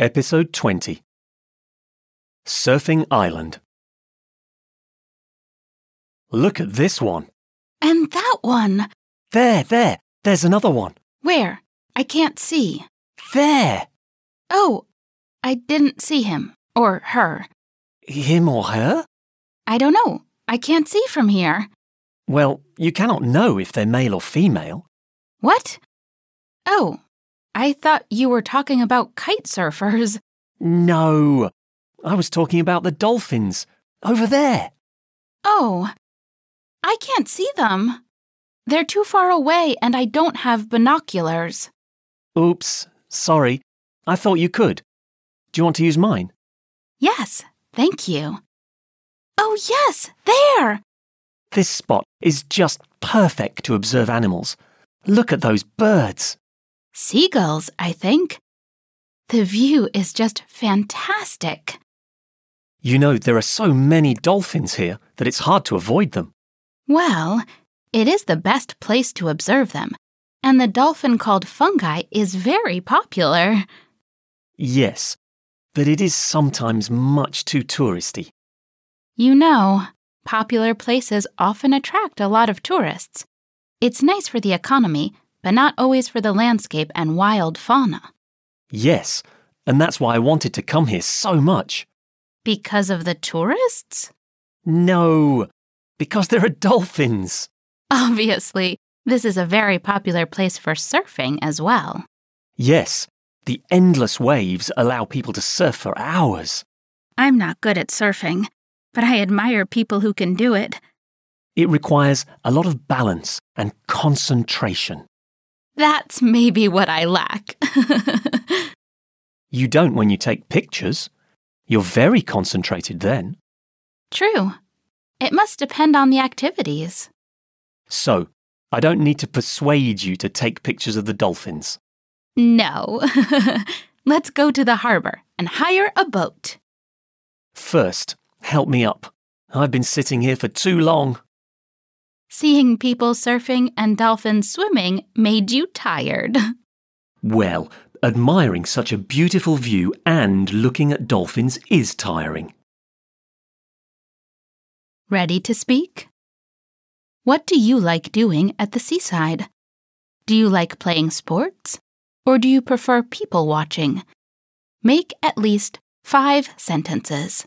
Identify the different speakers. Speaker 1: Episode 20 Surfing Island. Look at this one.
Speaker 2: And that one.
Speaker 1: There, there. There's another one.
Speaker 2: Where? I can't see.
Speaker 1: There.
Speaker 2: Oh, I didn't see him. Or her.
Speaker 1: Him or her?
Speaker 2: I don't know. I can't see from here.
Speaker 1: Well, you cannot know if they're male or female.
Speaker 2: What? Oh, I thought you were talking about kite surfers.
Speaker 1: No. I was talking about the dolphins. Over there.
Speaker 2: Oh, I can't see them. They're too far away and I don't have binoculars.
Speaker 1: Oops. Sorry. I thought you could. Do you want to use mine?
Speaker 2: Yes, thank you. Oh, yes, there!
Speaker 1: This spot is just perfect to observe animals. Look at those birds.
Speaker 2: Seagulls, I think. The view is just fantastic.
Speaker 1: You know, there are so many dolphins here that it's hard to avoid them.
Speaker 2: Well, it is the best place to observe them, and the dolphin called fungi is very popular.
Speaker 1: Yes, but it is sometimes much too touristy.
Speaker 2: You know, popular places often attract a lot of tourists. It's nice for the economy, but not always for the landscape and wild fauna.
Speaker 1: Yes, and that's why I wanted to come here so much.
Speaker 2: Because of the tourists?
Speaker 1: No, because there are dolphins.
Speaker 2: Obviously, this is a very popular place for surfing as well.
Speaker 1: Yes, the endless waves allow people to surf for hours.
Speaker 2: I'm not good at surfing, but I admire people who can do it.
Speaker 1: It requires a lot of balance and concentration.
Speaker 2: That's maybe what I lack.
Speaker 1: You don't when you take pictures. You're very concentrated then.
Speaker 2: True. It must depend on the activities.
Speaker 1: So, I don't need to persuade you to take pictures of the dolphins.
Speaker 2: No. Let's go to the harbor and hire a boat.
Speaker 1: First, help me up. I've been sitting here for too long.
Speaker 2: Seeing people surfing and dolphins swimming made you tired.
Speaker 1: Well, admiring such a beautiful view and looking at dolphins is tiring.
Speaker 2: Ready to speak? What do you like doing at the seaside? Do you like playing sports? Or do you prefer people watching? Make at least five sentences.